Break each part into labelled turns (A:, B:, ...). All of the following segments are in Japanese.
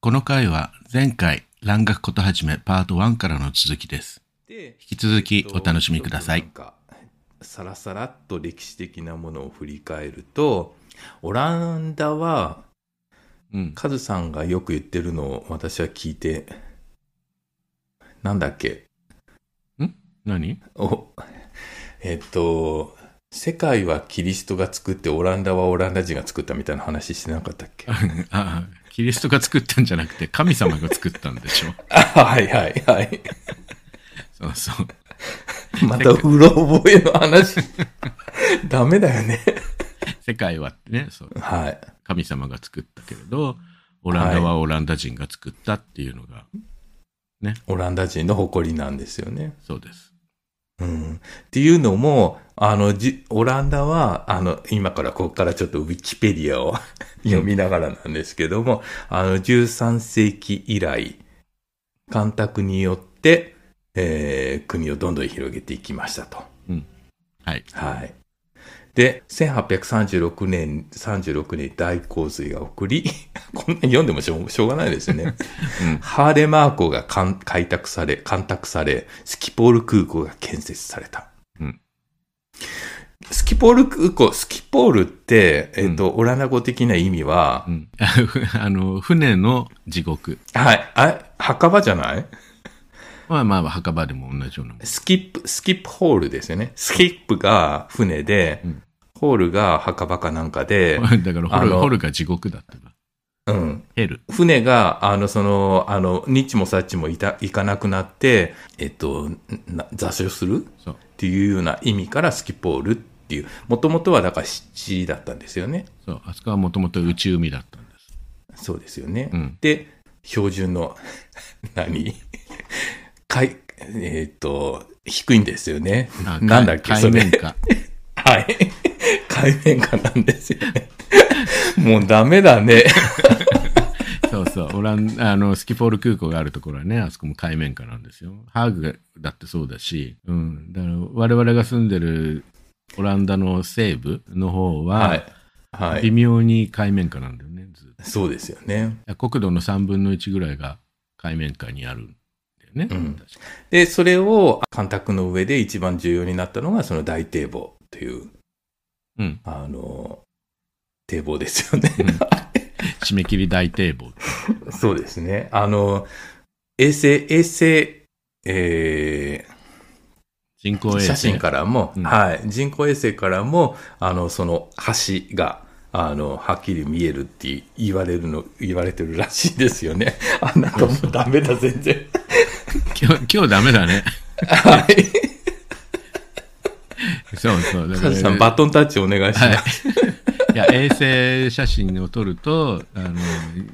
A: この回は前回「蘭学ことはじめ」パート1からの続きです
B: で
A: 引き続きお楽しみくださ
B: ちょ
A: い
B: っとなんかさらさらっと歴史的なものを振り返るとオランダは
A: うん
B: カズさんがよく言ってるのを私は聞いてなんだっけ
A: 何
B: おえっと世界はキリストが作ってオランダはオランダ人が作ったみたいな話してなかったっけ
A: ああキリストが作ったんじゃなくて神様が作ったんで しょ
B: あ はいはいはい
A: そうそう
B: またうろ覚え の話ダメだよね
A: 世界はってねそう
B: はい
A: 神様が作ったけれどオランダはオランダ人が作ったっていうのが、
B: オランダ人の誇りなんですよね
A: そうです
B: うんっていうのも、あの、じオランダは、あの、今からここからちょっとウィキペディアを読みながらなんですけども、あの、13世紀以来、干拓によって、えー国をどんどん広げていきましたと。
A: はい
B: はい。で、1836年、36年大洪水が起こり、 こんなに読んでもしょうしょうがないです よね。
A: うん
B: ハーレマー港がかん開拓され、干拓され、スキポール空港が建設された。
A: うん
B: スキポール空港、スキポールって、えっ、と、オランダ語的な意味は、
A: うん あの船の地獄
B: はい、あ、墓場じゃない
A: まあまあ墓場でも同じようなもん
B: スキップ、スキップホールですよね。スキップが船で、
A: うん
B: ホールが墓場かなん かで、
A: だから
B: あ
A: ホル
B: の
A: ホルが地獄だったら
B: うん、
A: ヘル
B: 船が、あの、その、あの、ニッチもサッチもいた、行かなくなって、えっと、な座礁する
A: そう
B: っていうような意味からスキポールっていう、もともとはだから湿地だったんですよね。
A: そうあそこはもともと内海だったんです
B: そうですよね。
A: うん
B: で、標準の、 何海、えっ、と、低いんですよね
A: あ。
B: なんだっけ、
A: 海
B: そ
A: 海
B: れ
A: 面。下
B: はい。海面下なんですよね。もうダメだね。
A: そうそう。オラン あの、スキポール空港があるところはね、あそこも海面下なんですよ。ハーグだってそうだし、うん。だから、我々が住んでるオランダの西部の方
B: は、。
A: はい
B: は
A: 微
B: い。
A: 妙に海面下なんだよね、ずっ
B: そうですよね。
A: と。国土の3分の1ぐらいが海面下にあるんだよね。
B: うん
A: 確か
B: で、それを、干拓の上で一番重要になったのが、その大堤防という、
A: うん。
B: あの、堤防ですよね。
A: うん締め切り大堤防。
B: そうですね。あの、衛星、衛星、え
A: 人工衛
B: ー、
A: 星。
B: 写真からも、
A: うん
B: はい、人工衛星からも、あの、その橋が、あの、はっきり見えるって言われるの、言われてるらしいですよ ね。あ、なんかもうダメだ、全然。
A: 今日、今日ダメだね。
B: はい。
A: そうそう。だか
B: カ
A: ら
B: ズさん、 バトンタッチお願いします。
A: いや衛星写真を撮るとあの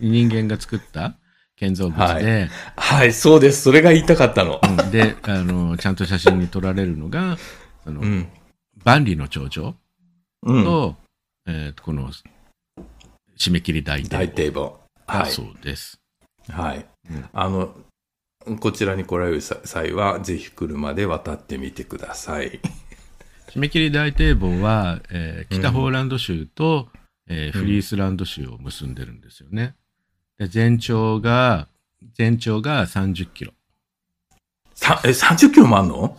A: 人間が作った建造物で,、
B: はい、そうです。それが言いたかったの。
A: うんであのちゃんと写真に撮られるのがその、
B: うん。
A: 万里の長城
B: うん。
A: と,、えーとこの締め切り大
B: 大
A: 堤
B: 堤防。
A: 防
B: はい。
A: そうです。
B: はい。
A: うん
B: あの、こちらに来られる際は、ぜひ車で渡ってみてください。
A: 締め切り大堤防は、えー北ホーランド州と、えーフリースランド州を結んでるんですよね。で全長が全長が30キロ。
B: さえ、30キロもあんの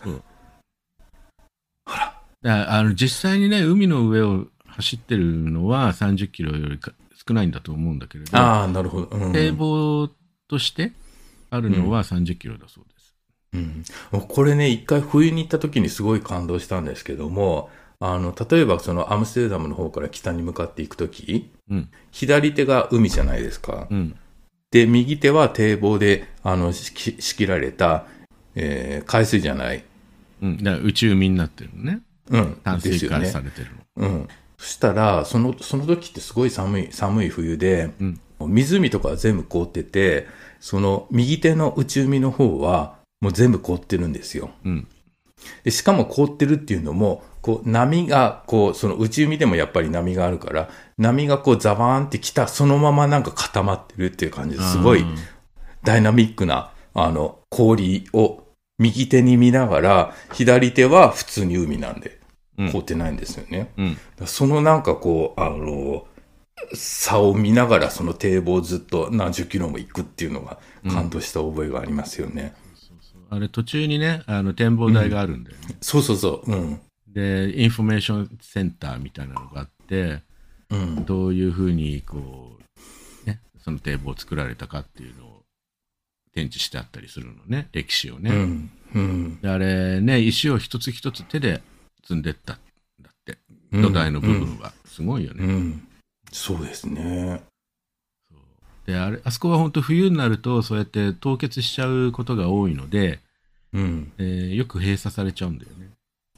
A: だあの実際にね海の上を走ってるのは30キロよりか少ないんだと思うんだけれど
B: ああ、なるほど。うん
A: 堤防としてあるのは30キロだそうです。
B: うん、これね、一回冬に行った時にすごい感動したんですけども、あの、例えばそのアムステルダムの方から北に向かっていく時、
A: うん
B: 左手が海じゃないですか。
A: うん
B: で、右手は堤防で、あの、しき仕切られた、えー海水じゃない。
A: うん、だから宇宙民になってるのね
B: うん。
A: 淡
B: で
A: 水
B: すよ
A: 化
B: ね
A: さ。れてるの、
B: うん。そしたら、その、その時ってすごい寒い、寒い冬で、
A: うん
B: 湖とかは全部凍ってて、その右手の内海の方は、もう全部凍ってるんですよ。
A: うん
B: でしかも凍ってるっていうのも、こう波が、こう、その内海でもやっぱり波があるから、波がこうザバーンって来た、そのままなんか固まってるっていう感じですごい
A: うん
B: ダイナミックな、あの、氷を右手に見ながら、左手は普通に海なんで
A: うん、
B: 凍ってないんですよね。
A: うん
B: だからそのなんかこう、あの、差を見ながらその堤防をずっと何十キロも行くっていうのが感動した覚えがありますよね。
A: あれ途中にね、あの展望台があるんだよね。
B: そうそうそう。うん。
A: で、インフォメーションセンターみたいなのがあって、
B: うん。
A: どういうふうにこう、ね、その堤防を作られたかっていうのを展示してあったりするのね、歴史をね。
B: うん。うん。
A: であれね、石を一つ一つ手で積んでったんだって、土台の部分は。すごいよね。
B: うん。うん。そうですね。
A: そうであれあそこは本当冬になるとそうやって凍結しちゃうことが多いので、
B: うん。
A: えーよく閉鎖されちゃうんだよね。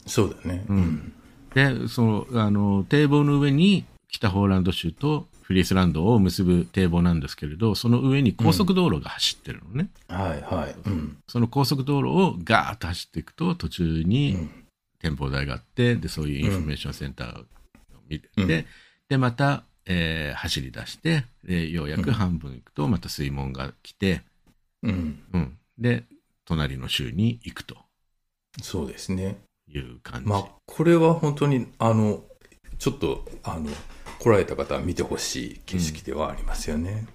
B: そうだね。
A: うん。でそのあの堤防の上に北ホーランド州とフリースランドを結ぶ堤防なんですけれどその上に高速道路が走ってるのね、
B: はいはい。うん。
A: その高速道路をガーッと走っていくと途中
B: う
A: に
B: ん。
A: 展望台があってでそういうインフォメーションセンターを見て、
B: うん
A: でまた、えー走り出してでようやく半分行くとまた水門が来て、
B: うん。
A: うん、で隣の州に行くと
B: そうですね。
A: いう感じ、
B: まあ、これは本当に、あの、ちょっと、あの、来られた方は見てほしい景色ではありますよね。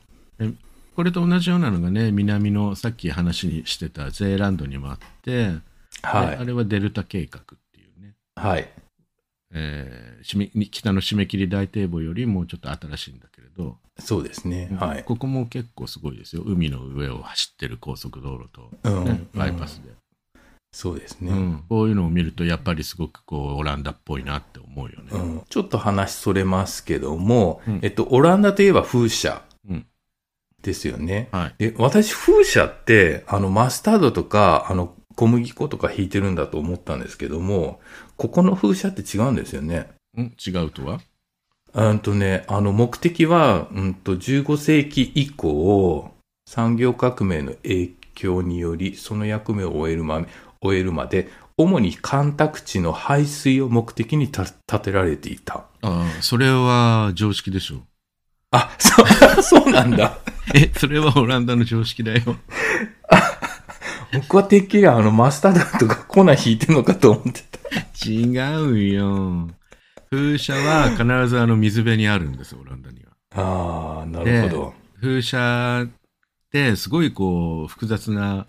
A: これと同じようなのがね南のさっき話にしてたゼーランドにもあって、
B: は
A: であ
B: い。
A: れはデルタ計画っていうね、
B: はい。
A: えー締めに北の締め切り大堤防よりもうちょっと新しいんだけれど、
B: そうですね。はい。
A: ここも結構すごいですよ海の上を走ってる高速道路と、
B: うん
A: ねバイパスで、
B: そうです
A: う
B: ね。
A: んこういうのを見るとやっぱりすごくこうオランダっぽいなって思うよね。
B: うんちょっと話それますけども、
A: うん
B: えっと、オランダといえば風車
A: うん
B: ですよね。
A: はい、
B: で、私、風車って、あの、マスタードとか、あの、小麦粉とか引いてるんだと思ったんですけども、ここの風車って違うんですよね。
A: うん、違うとは
B: うんとね、あの、目的は、うんと、15世紀以降、産業革命の影響により、その役目を終えるま、終えるまで、主に干拓地の排水を目的にた建てられていた。
A: ああそれは常識でしょう。
B: あ、そう、 そうなんだ。
A: え、それはオランダの常識だよ。
B: 僕はてっきりあの、マスタードとか粉引いてんのかと思ってた。
A: 違うよ。風車は必ずあの水辺にあるんです、オランダには。
B: ああ、なるほど。
A: 風車ってすごいこう複雑な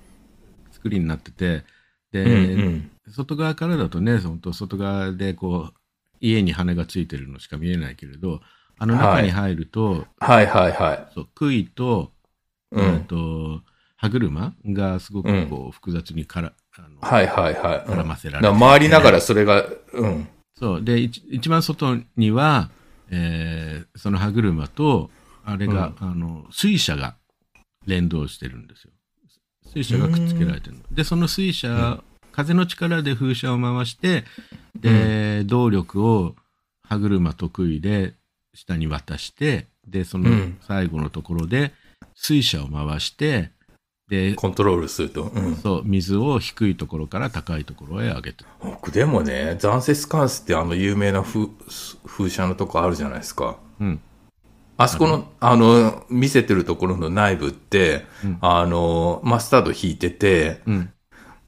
A: 作りになってて、で、
B: うん
A: 外側からだとね、本当外側でこう、家に羽がついてるのしか見えないけれど、あの中に入ると、
B: はいはいはい。
A: そう杭と、
B: う
A: えっ
B: ん。
A: と、歯車がすごくこう複雑にから、あの
B: はいはいはい。うん
A: 絡ませら
B: だ
A: れ
B: か
A: て
B: ら回りながらそれが、うん。
A: そう。で、一一番外には、えーその歯車と、あれが、あの、水車が連動してるんですよ。水車がくっつけられてるの。で、その水車、
B: ん
A: 風の力で風車を回して、で、動力を歯車得意で下に渡して、で、そうの
B: ん
A: 最後のところで水車を回して、で、
B: コントロールすると。うん。
A: そう、水を低いところから高いところへ上げて。
B: 僕でもね、残雪関数ってあの有名な風風車のとこあるじゃないですか。
A: うん。
B: あそこの、あの、見せてるところの内部って、
A: うん
B: あの、マスタード引いてて、
A: うん。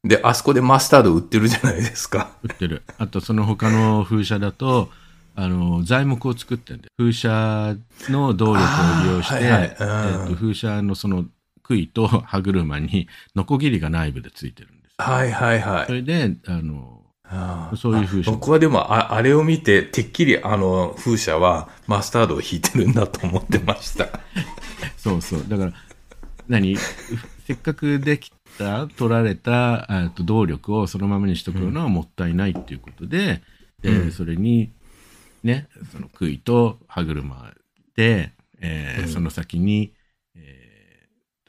B: で、あそこでマスタード売ってるじゃないですか。
A: 売ってる。あとその他の風車だと、あの、材木を作ってんで、風車の動力を利用して、
B: あーはいはいうん
A: えっと風車のその杭と 歯車に、ノコギリが内部でついてるんです。
B: はいはいはい
A: そ。れで、あの、
B: あー
A: そういう風車
B: あ僕はでもあ、あれを見て、てっきりあの、風車はマスタードを引いてるんだと思ってま した。
A: そうそう。だから、何せっかくできた、取られた、えっと動力をそのままにしとくのはもったいないっていうことで、
B: うん
A: でそれに、ね、その杭と歯車で、えー
B: うん
A: その先に、えー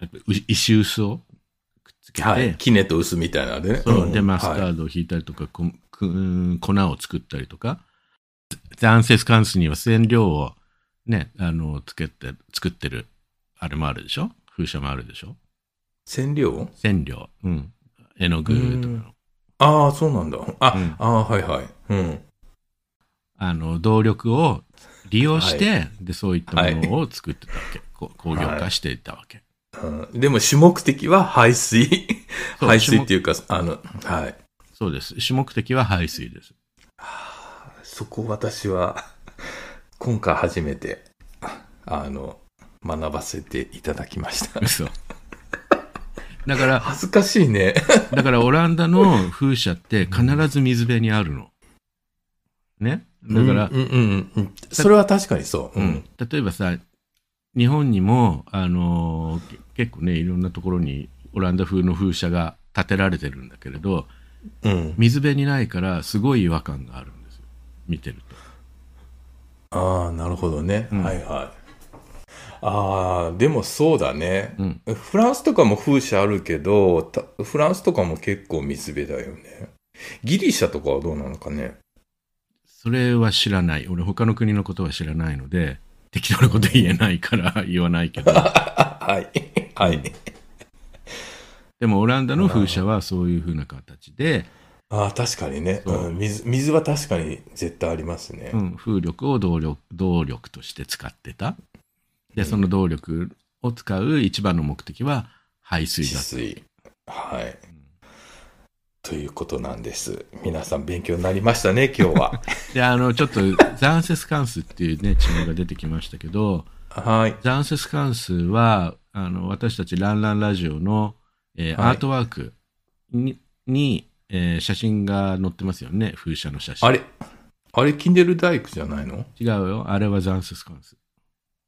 A: 例えばう石臼をくっつけて、
B: はい。キネと薄みたいなのでね。
A: そううんでマスタ
B: はい
A: ードを引いたりとか、こくうん粉を作ったりとか残雪関数には染料をねあのつけて作ってるあれもあるでしょ風車もあるでしょ
B: 染料
A: 染料うん絵の具とかの
B: ああ、そうなんだ。あ、
A: うん
B: あーはいはい。うん。
A: あの動力を利用して、でそういったものを作ってたわけ、こ工業化していったわけ、
B: うんでも、主目的は排水。
A: そう
B: 排水っていうか、あの、はい。
A: そうです主目的は排水です
B: そこ私は、今回初めて、ああの、学ばせていただきました。
A: 嘘。だから、
B: 恥ずかしいね。
A: だからオランダの風車って必ず水辺にあるの。ねだから
B: う、んうんうんうん。それは確かにそう。うん。
A: 例えばさ、日本にも、あのーけ結構ね、いろんなところにオランダ風の風車が建てられてるんだけれど、
B: うん。
A: 水辺にないからすごい違和感があるんですよ。見てると。
B: ああ、なるほどね。
A: ん
B: はいはい。ああ、でもそうだね、
A: うん
B: フランスとかも風車あるけど、たフランスとかも結構水辺だよね。ギリシャとかはどうなのかね。
A: それは知らない。俺他の国のことは知らないので、適当なこと言えないから言わないけど。
B: はい。はい。
A: でもオランダの風車はそういう風な形で、
B: ああ、確かにね、
A: そう
B: うん水。水は確かに絶対ありますね。
A: うん、風力を動力動力として使ってた。で、その動力を使う一番の目的は排水
B: 治
A: だ
B: 水。はい。ということなんです。皆さん勉強になりましたね、今日は。
A: で、あの、ちょっと、ザンセス関数っていうね、地名が出てきましたけど、
B: はい。
A: ザンセス関数は、あの、私たちランランラジオの、えー
B: はい
A: アートワークに、にえー写真が載ってますよね。風車の写真。
B: あれあれ、キンデルダイクじゃないの
A: 違うよ。あれはザンセス関数。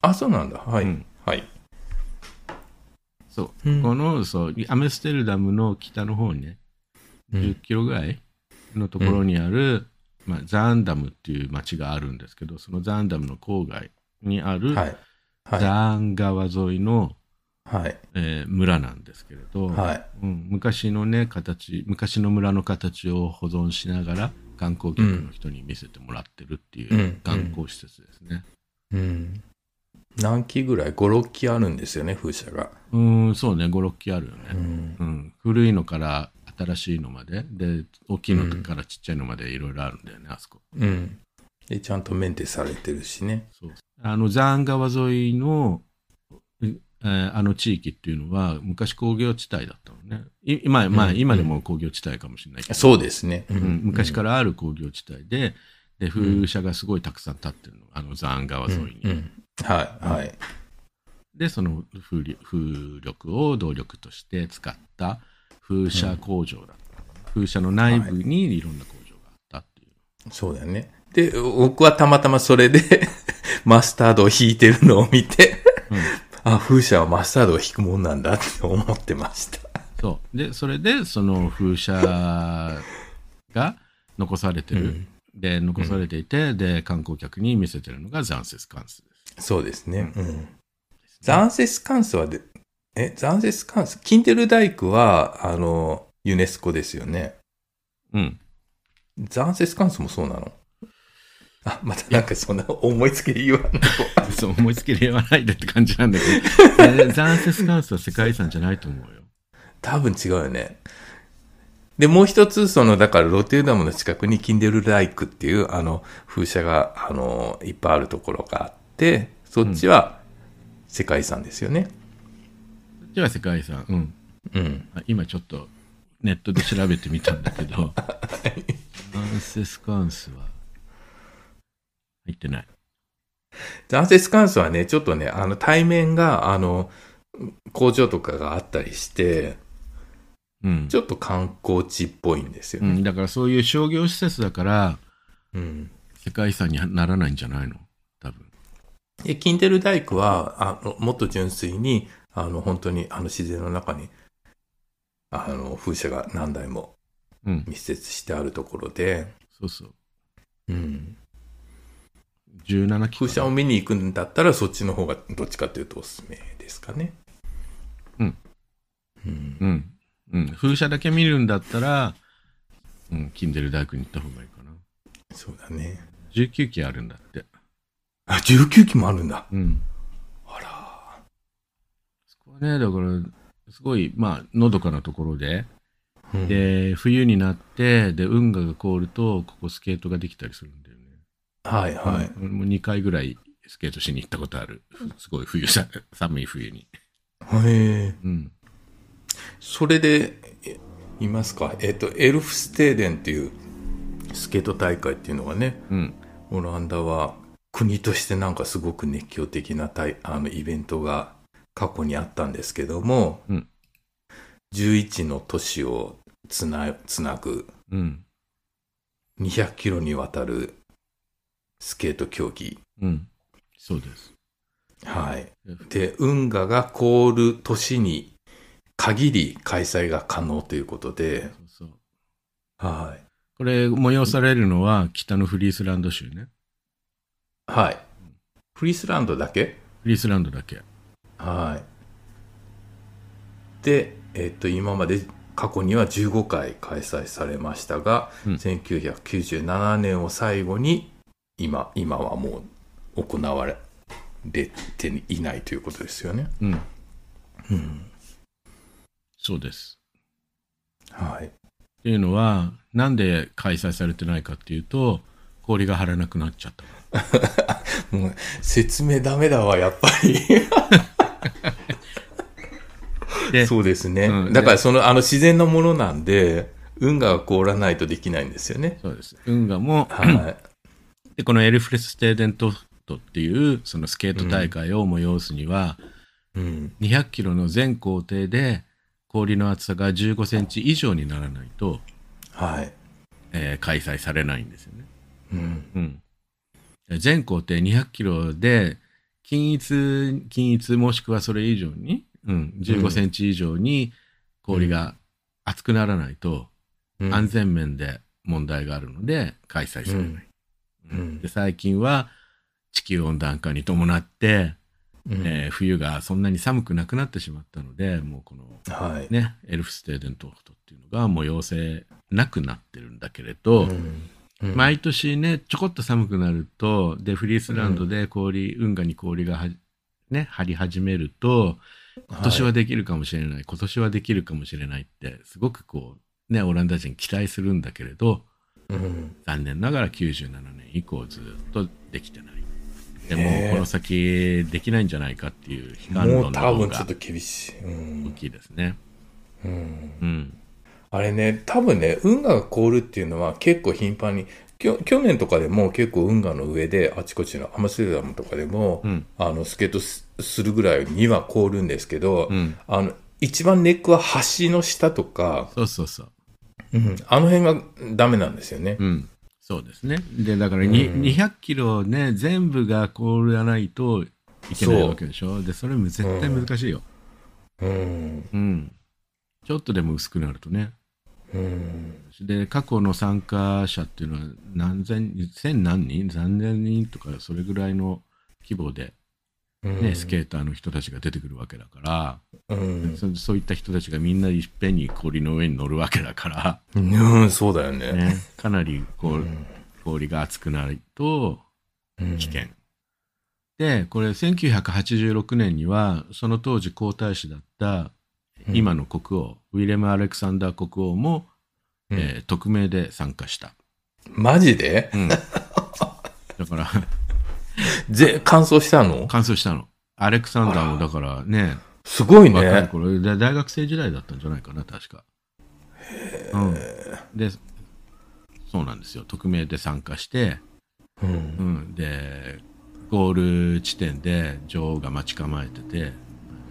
B: あ、そうなんだ。はい。
A: うん
B: はい。
A: そう。
B: うん
A: この、そう、アムステルダムの北の方にね、
B: うん
A: 10キロぐらいのところにある、まあ、ザンダムっていう町があるんですけど、そのザンダムの郊外にある、
B: はい。は
A: ザーン川沿いの、
B: い。はい。
A: えー村なんですけれど、
B: はい
A: うん、昔のね形昔の村の形を保存しながら観光客の人に見せてもらってるっていううん観光施設ですね。
B: うん。何機ぐらい ?5、6機あるんですよね、風車が。
A: うんそうね56機あるよ
B: う
A: ね、
B: ん。
A: うん。古いのから新しいのまでで大きいのからちっちゃいのまでいろいろあるんだよねあそこ。
B: うん。で、ちゃんとメンテされてるしね。
A: そうあのザーン川沿いの、えーあの地域っていうのは昔工業地帯だったのね。い今,、まあ、
B: うん
A: 今でも工業地帯かもしれないけど。
B: そうですね。う。
A: うん、昔かららある工業地帯で、で、風車がすごいたくさん立ってるの。あの、ザーン川
B: う
A: 沿い
B: ん
A: に。
B: うん。はい。はい。
A: で、その風力風力を動力として使った風車工場だった。風車の内部にいろんな工場があったっていう。
B: そうだよね。で、僕はたまたまそれで マスタードを引いてるのを見て、あ、風車はマスタードを引くもんなんだって思ってました。
A: そう。で、それで、その風車が残されてる。で、残されていて、で、観光客に見せてるのがザンセス関数です。
B: そうですね。うん。ザンセス関数はで、え、ザンセス関数キンテルダイクは、あの、ユネスコですよね。
A: うん。
B: ザンセス関数もそうなの あ、またなんかそんな思いつきで言わない。
A: そう思いつきで言わないでって感じなんだけ ど、えーザンセス関数は世界遺産じゃないと思うよ。
B: 多分違うよね。で、もう一つ、その、だから、ロテルダムの近くにキンデルライクっていう、あの、風車が、あの、いっぱいあるところがあって、そっちは世界遺産ですよね。
A: こっちは世界遺産、うん、
B: うん。
A: あ今ちょっとネットで調べてみたんだけ ど、ザンセス関数は入ってない。
B: ザンセス関数はね、ちょっとね、あの、対面が、あの、工場とかがあったりして、
A: うん
B: ちょっと観光地っぽいんですよ
A: う
B: ね。
A: ん、だからそういう商業施設だから
B: うん
A: 世界遺産にはならないんじゃないの多分。
B: で、キンテル大工は、あの、もっと純粋に、あの、本当に、あの、自然の中に、あの、風車が何台も
A: うん、
B: 密接してあるところで、
A: そうそう。
B: うん。
A: 17機
B: 風車を見に行くんだったら、そっちの方が、どっちかというとおすすめですかね。
A: うん。
B: うん。
A: うん。うん。風車だけ見るんだったら、うん、キンデル大工に行った方がいいかな。
B: そうだね。
A: 19機あるんだって。
B: あ、19機もあるんだ。
A: うん。
B: あら。
A: そこはね、だから、すごい、まあ、のどかなところで、
B: うん、
A: で、冬になって、で、運河が凍ると、ここスケートができたりするんだよね。
B: はいはい。
A: うん俺も2回ぐらいスケートしに行ったことある。ふすごい冬さ、寒い冬に。
B: へえ。
A: うん。
B: それで、えいますか。えっ、と、エルフステーデンっていう、スケート大会っていうのがね、
A: うん。
B: オランダは9国としてなんかすごく熱狂的なたいあのイベントが過去にあったんですけども、
A: うん
B: 11の都市をつなつなぐ
A: うん。
B: 200キロにわたるスケート競技。
A: うん。そうです。
B: はい。で、運河が凍る年に限り開催が可能ということで、
A: そうそう。
B: はい。
A: これ、催されるのは北のフリースランド州ね。
B: はい。フリースランドだけ
A: フリースランドだけ。
B: はい。で、えっと、今まで過去には15回開催されましたが、
A: うん
B: 1997年を最後に、今、今はもう行われていないということですよね。
A: うん。
B: うん。
A: そうです。
B: はい。
A: っていうのは、なんで開催されてないかっていうと、氷が張らなくなっちゃったから。
B: もう説明ダメだわ、やっぱり。
A: で
B: そうですね。
A: うん
B: だからその、あの自然のものなんで、運河が凍らないとできないんですよね。
A: そうです。運河も、
B: は
A: でこのエルフレス・ステーデントットっていう、そのスケート大会を催すには、
B: い。うん。
A: 200キロの全行程で氷の厚さが15センチ以上にならないと、
B: はい。
A: えー開催されないんですよね。
B: うん。
A: うん、全行程200キロで均一均一もしくはそれ以上に、うん、
B: う
A: 15
B: ん
A: センチ以上に氷が厚くならないと
B: うん
A: 安全面で問題があるので開催されない。
B: うんうん
A: で最近は地球温暖化に伴って、
B: うん
A: えー冬がそんなに寒くなくなってしまったのでもうこの
B: はい。
A: ねエルフステーデントークトっていうのがもう要請なくなってるんだけれど、
B: うんうん
A: 毎年ねちょこっと寒くなるとでフリースランドで氷、運河に氷がはじね張り始めると今年はできるかもしれない、今年はできるかもしれないってすごくこうねオランダ人期待するんだけれど
B: いうん
A: 残念ながら97年以降ずっとできてないで
B: ねえ
A: もこの先できないんじゃないかっていう悲観
B: も
A: 論
B: う
A: の
B: 多
A: 方
B: 分ちょ
A: が
B: っと厳しい。う
A: 大
B: ん
A: きいですね
B: うん
A: うん
B: あれね、多分ね、運河が凍るっていうのは結構頻繁に、きょ去年とかでも結構運河の上で、あちこちのアムステルダムとかでも、
A: うん
B: あのスケートすするぐらいには凍るんですけど、
A: うん
B: あの一番ネックは橋の下とか、
A: そうそうそう
B: うんあの辺がダメなんですよね。
A: うん、そうですね。で、だからに、
B: うん
A: 200キロね、全部が凍らないといけないわけでしょ。で、それも絶対難しいよ。
B: うん
A: うん。ちょっとでも薄くなるとね。
B: うん
A: で、過去の参加者っていうのは何千、千何人何千人とか、それぐらいの規模で、
B: うん
A: ね、スケーターの人たちが出てくるわけだから、
B: うん
A: そ、そういった人たちがみんないっぺんに氷の上に乗るわけだか
B: うん、そうだよね。
A: ら、ね、かなりこう、
B: うん
A: 氷が厚くなると
B: うん
A: 危険。で、これ1986年には、その当時皇太子だった
B: うん
A: 今の国王、ウィレム・アレクサンダー国王も、
B: うん
A: えー匿名で参加した。
B: マジで
A: だから、
B: ぜ乾燥したの
A: 完走したの。アレクサンダーもだからね、
B: すごい
A: 若い
B: ね。
A: 頃で大学生時代だったんじゃないかな、確か。うん、で、そうなんですよ。匿名で参加して、
B: うん
A: うん、で、ゴール地点で女王が待ち構えてて、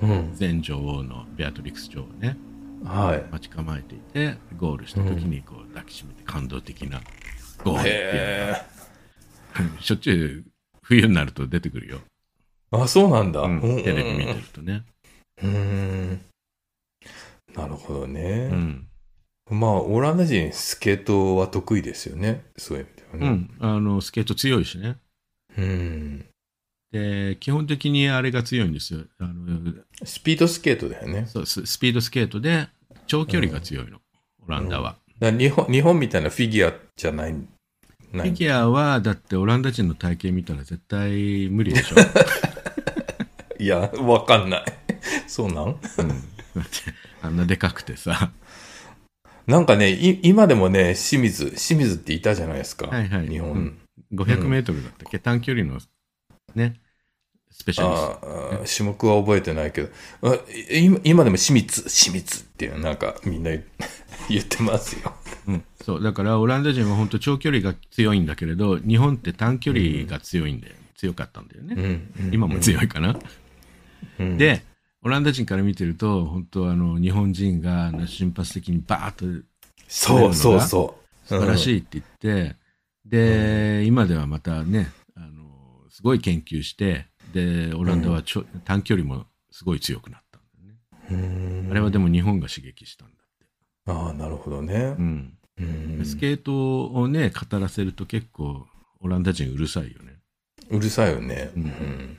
B: うん
A: 前女王のベアトリックス女王ね
B: はい。
A: 待ち構えていてゴールした時にこう抱きしめて感動的なゴールっていう
B: へえ。
A: のが しょっちゅう冬になると出てくるよ、
B: あ、そうなんだ。
A: うん
B: うん
A: テレビ見てるとね、
B: うん。なるほど
A: う
B: ね。
A: ん
B: まあ、オランダ人、スケートは得意ですよね。そういう意味
A: う
B: ではね。
A: ん、あのスケート強いしね
B: うん。
A: で基本的にあれが強いんですよあの
B: スピードスケートだよね。
A: そうススピードスケートで長距離が強いの、オランダは、
B: だから日本、日本みたいなフィギュアじゃない、な
A: フィ
B: い。
A: ギュアはだってオランダ人の体型見たら絶対無理で しょ
B: いや、わかんない。 そうな
A: う
B: ん
A: んだってあんなでかくてさ。
B: なんかね、い今でもね、清水、清水っていたじゃないですか。
A: はいはい
B: 日本。
A: うん500メートルだったっけ、短距離のね、スペシャリスト。
B: ああ、種目は覚えてないけど、あい今今でも清水、清水っていう、なんかみんな言言ってますよ。
A: うん、そう、だからオランダ人は本当長距離が強いんだけれど、日本って短距離が強いんだよ。強かったんだよね。
B: うんうん
A: 今も強いかな。
B: うん
A: で、オランダ人から見てると、本当あの、日本人があの瞬発的にバーッと
B: そうそうそう。
A: 素晴ら
B: い。
A: しいって言って、で、今ではまたね、あの、すごい研究して、で、オランダはちょ、短距離もすごい強くなったんだよね。
B: うん
A: あれはでも日本が刺激したんだって。
B: ああ、なるほどね
A: う。ん。
B: うん
A: スケートをね、語らせると結構、オランダ人うるさいよね。
B: うるさいよね。
A: う
B: うんん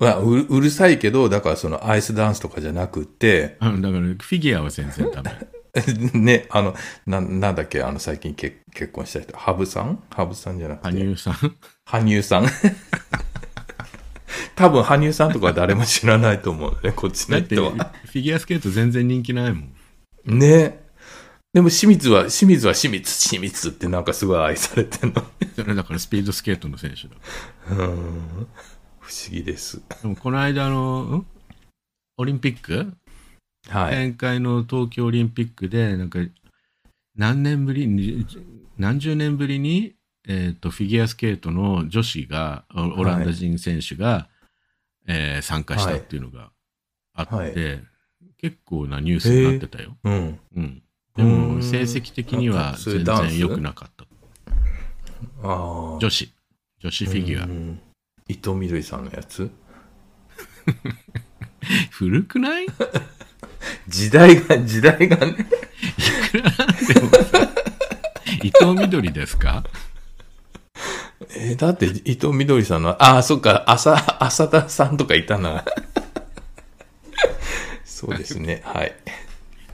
B: まあ、うるうるさいけど、だからそのアイスダンスとかじゃなくて、
A: あのだから、フィギュアは全然ダメ。
B: ね、あの、ななんだっけ、あの、最近結結婚した人、ハブさんハブさんじゃなくて、
A: 羽生さん。
B: 羽生さん。 多分、羽生さんとかは誰も知らないと思う ね、こっち
A: だ
B: の
A: って、
B: 人
A: フ
B: は。
A: ィギュアスケート全然人気ないもん。
B: ね。でも、清水は、清水は清水、清水ってなんかすごい愛されてんの。
A: それだからスピードスケートの選手だ。
B: うん不思議です。
A: でもこの間の、んオリンピック
B: はい。
A: 前回の東京オリンピックで、なんか、何年ぶりに、何十年ぶりに、えっ、と、フィギュアスケートの女子が、オオランダ人選手が、えー参加したっていうのがあって、
B: はい
A: 結構なニュースになってたよ。
B: うん。
A: うん。でも、
B: うん
A: 成績的に
B: なん
A: は
B: かそうい
A: 全
B: うダンス
A: 然良くなかった。
B: ああ。
A: 女子。女子フィギュア。
B: ア。伊藤みどりさんのやつ
A: 古くない い
B: 時代が、時代がね。
A: くらなんでもさ伊藤みどりですか
B: えーだって伊藤みどりさんの、ああ、そっか、浅、浅田さんとかい たな。そうですね、はい。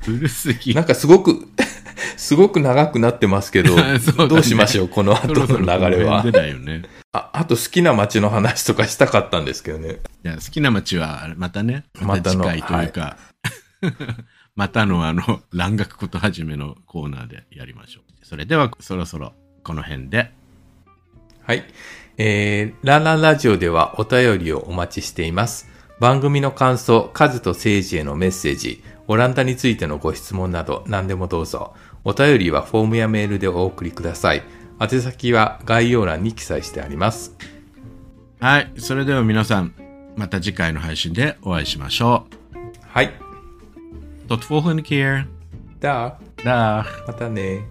A: 古すぎ
B: なんかすごく、 すごく長くなってますけど、
A: そうだね
B: どうしましょう、この後
A: そろそろ
B: の流れは
A: この辺で。だよね。
B: ああと好きな街の話とかしたかったんですけどね。
A: じゃあ好きな街はまたね、ま
B: ま
A: た
B: た
A: 次
B: の
A: 回というか、またのあの、蘭学ことはじめのコーナーでやりましょう。それではそろそろこの辺で。
B: はい。えー、ランランラジオではお便りをお待ちしています。番組の感想、カズと政治へのメッセージ、オランダについてのご質問など何でもどうぞ。お便りはフォームやメールでお送りください。宛先は概要欄に記載してあります。
A: はい、それでは皆さん、また次回の配信でお会いしましょ
B: はい。
A: う。Tot volgende keer.
B: だ
A: Dag.
B: またね。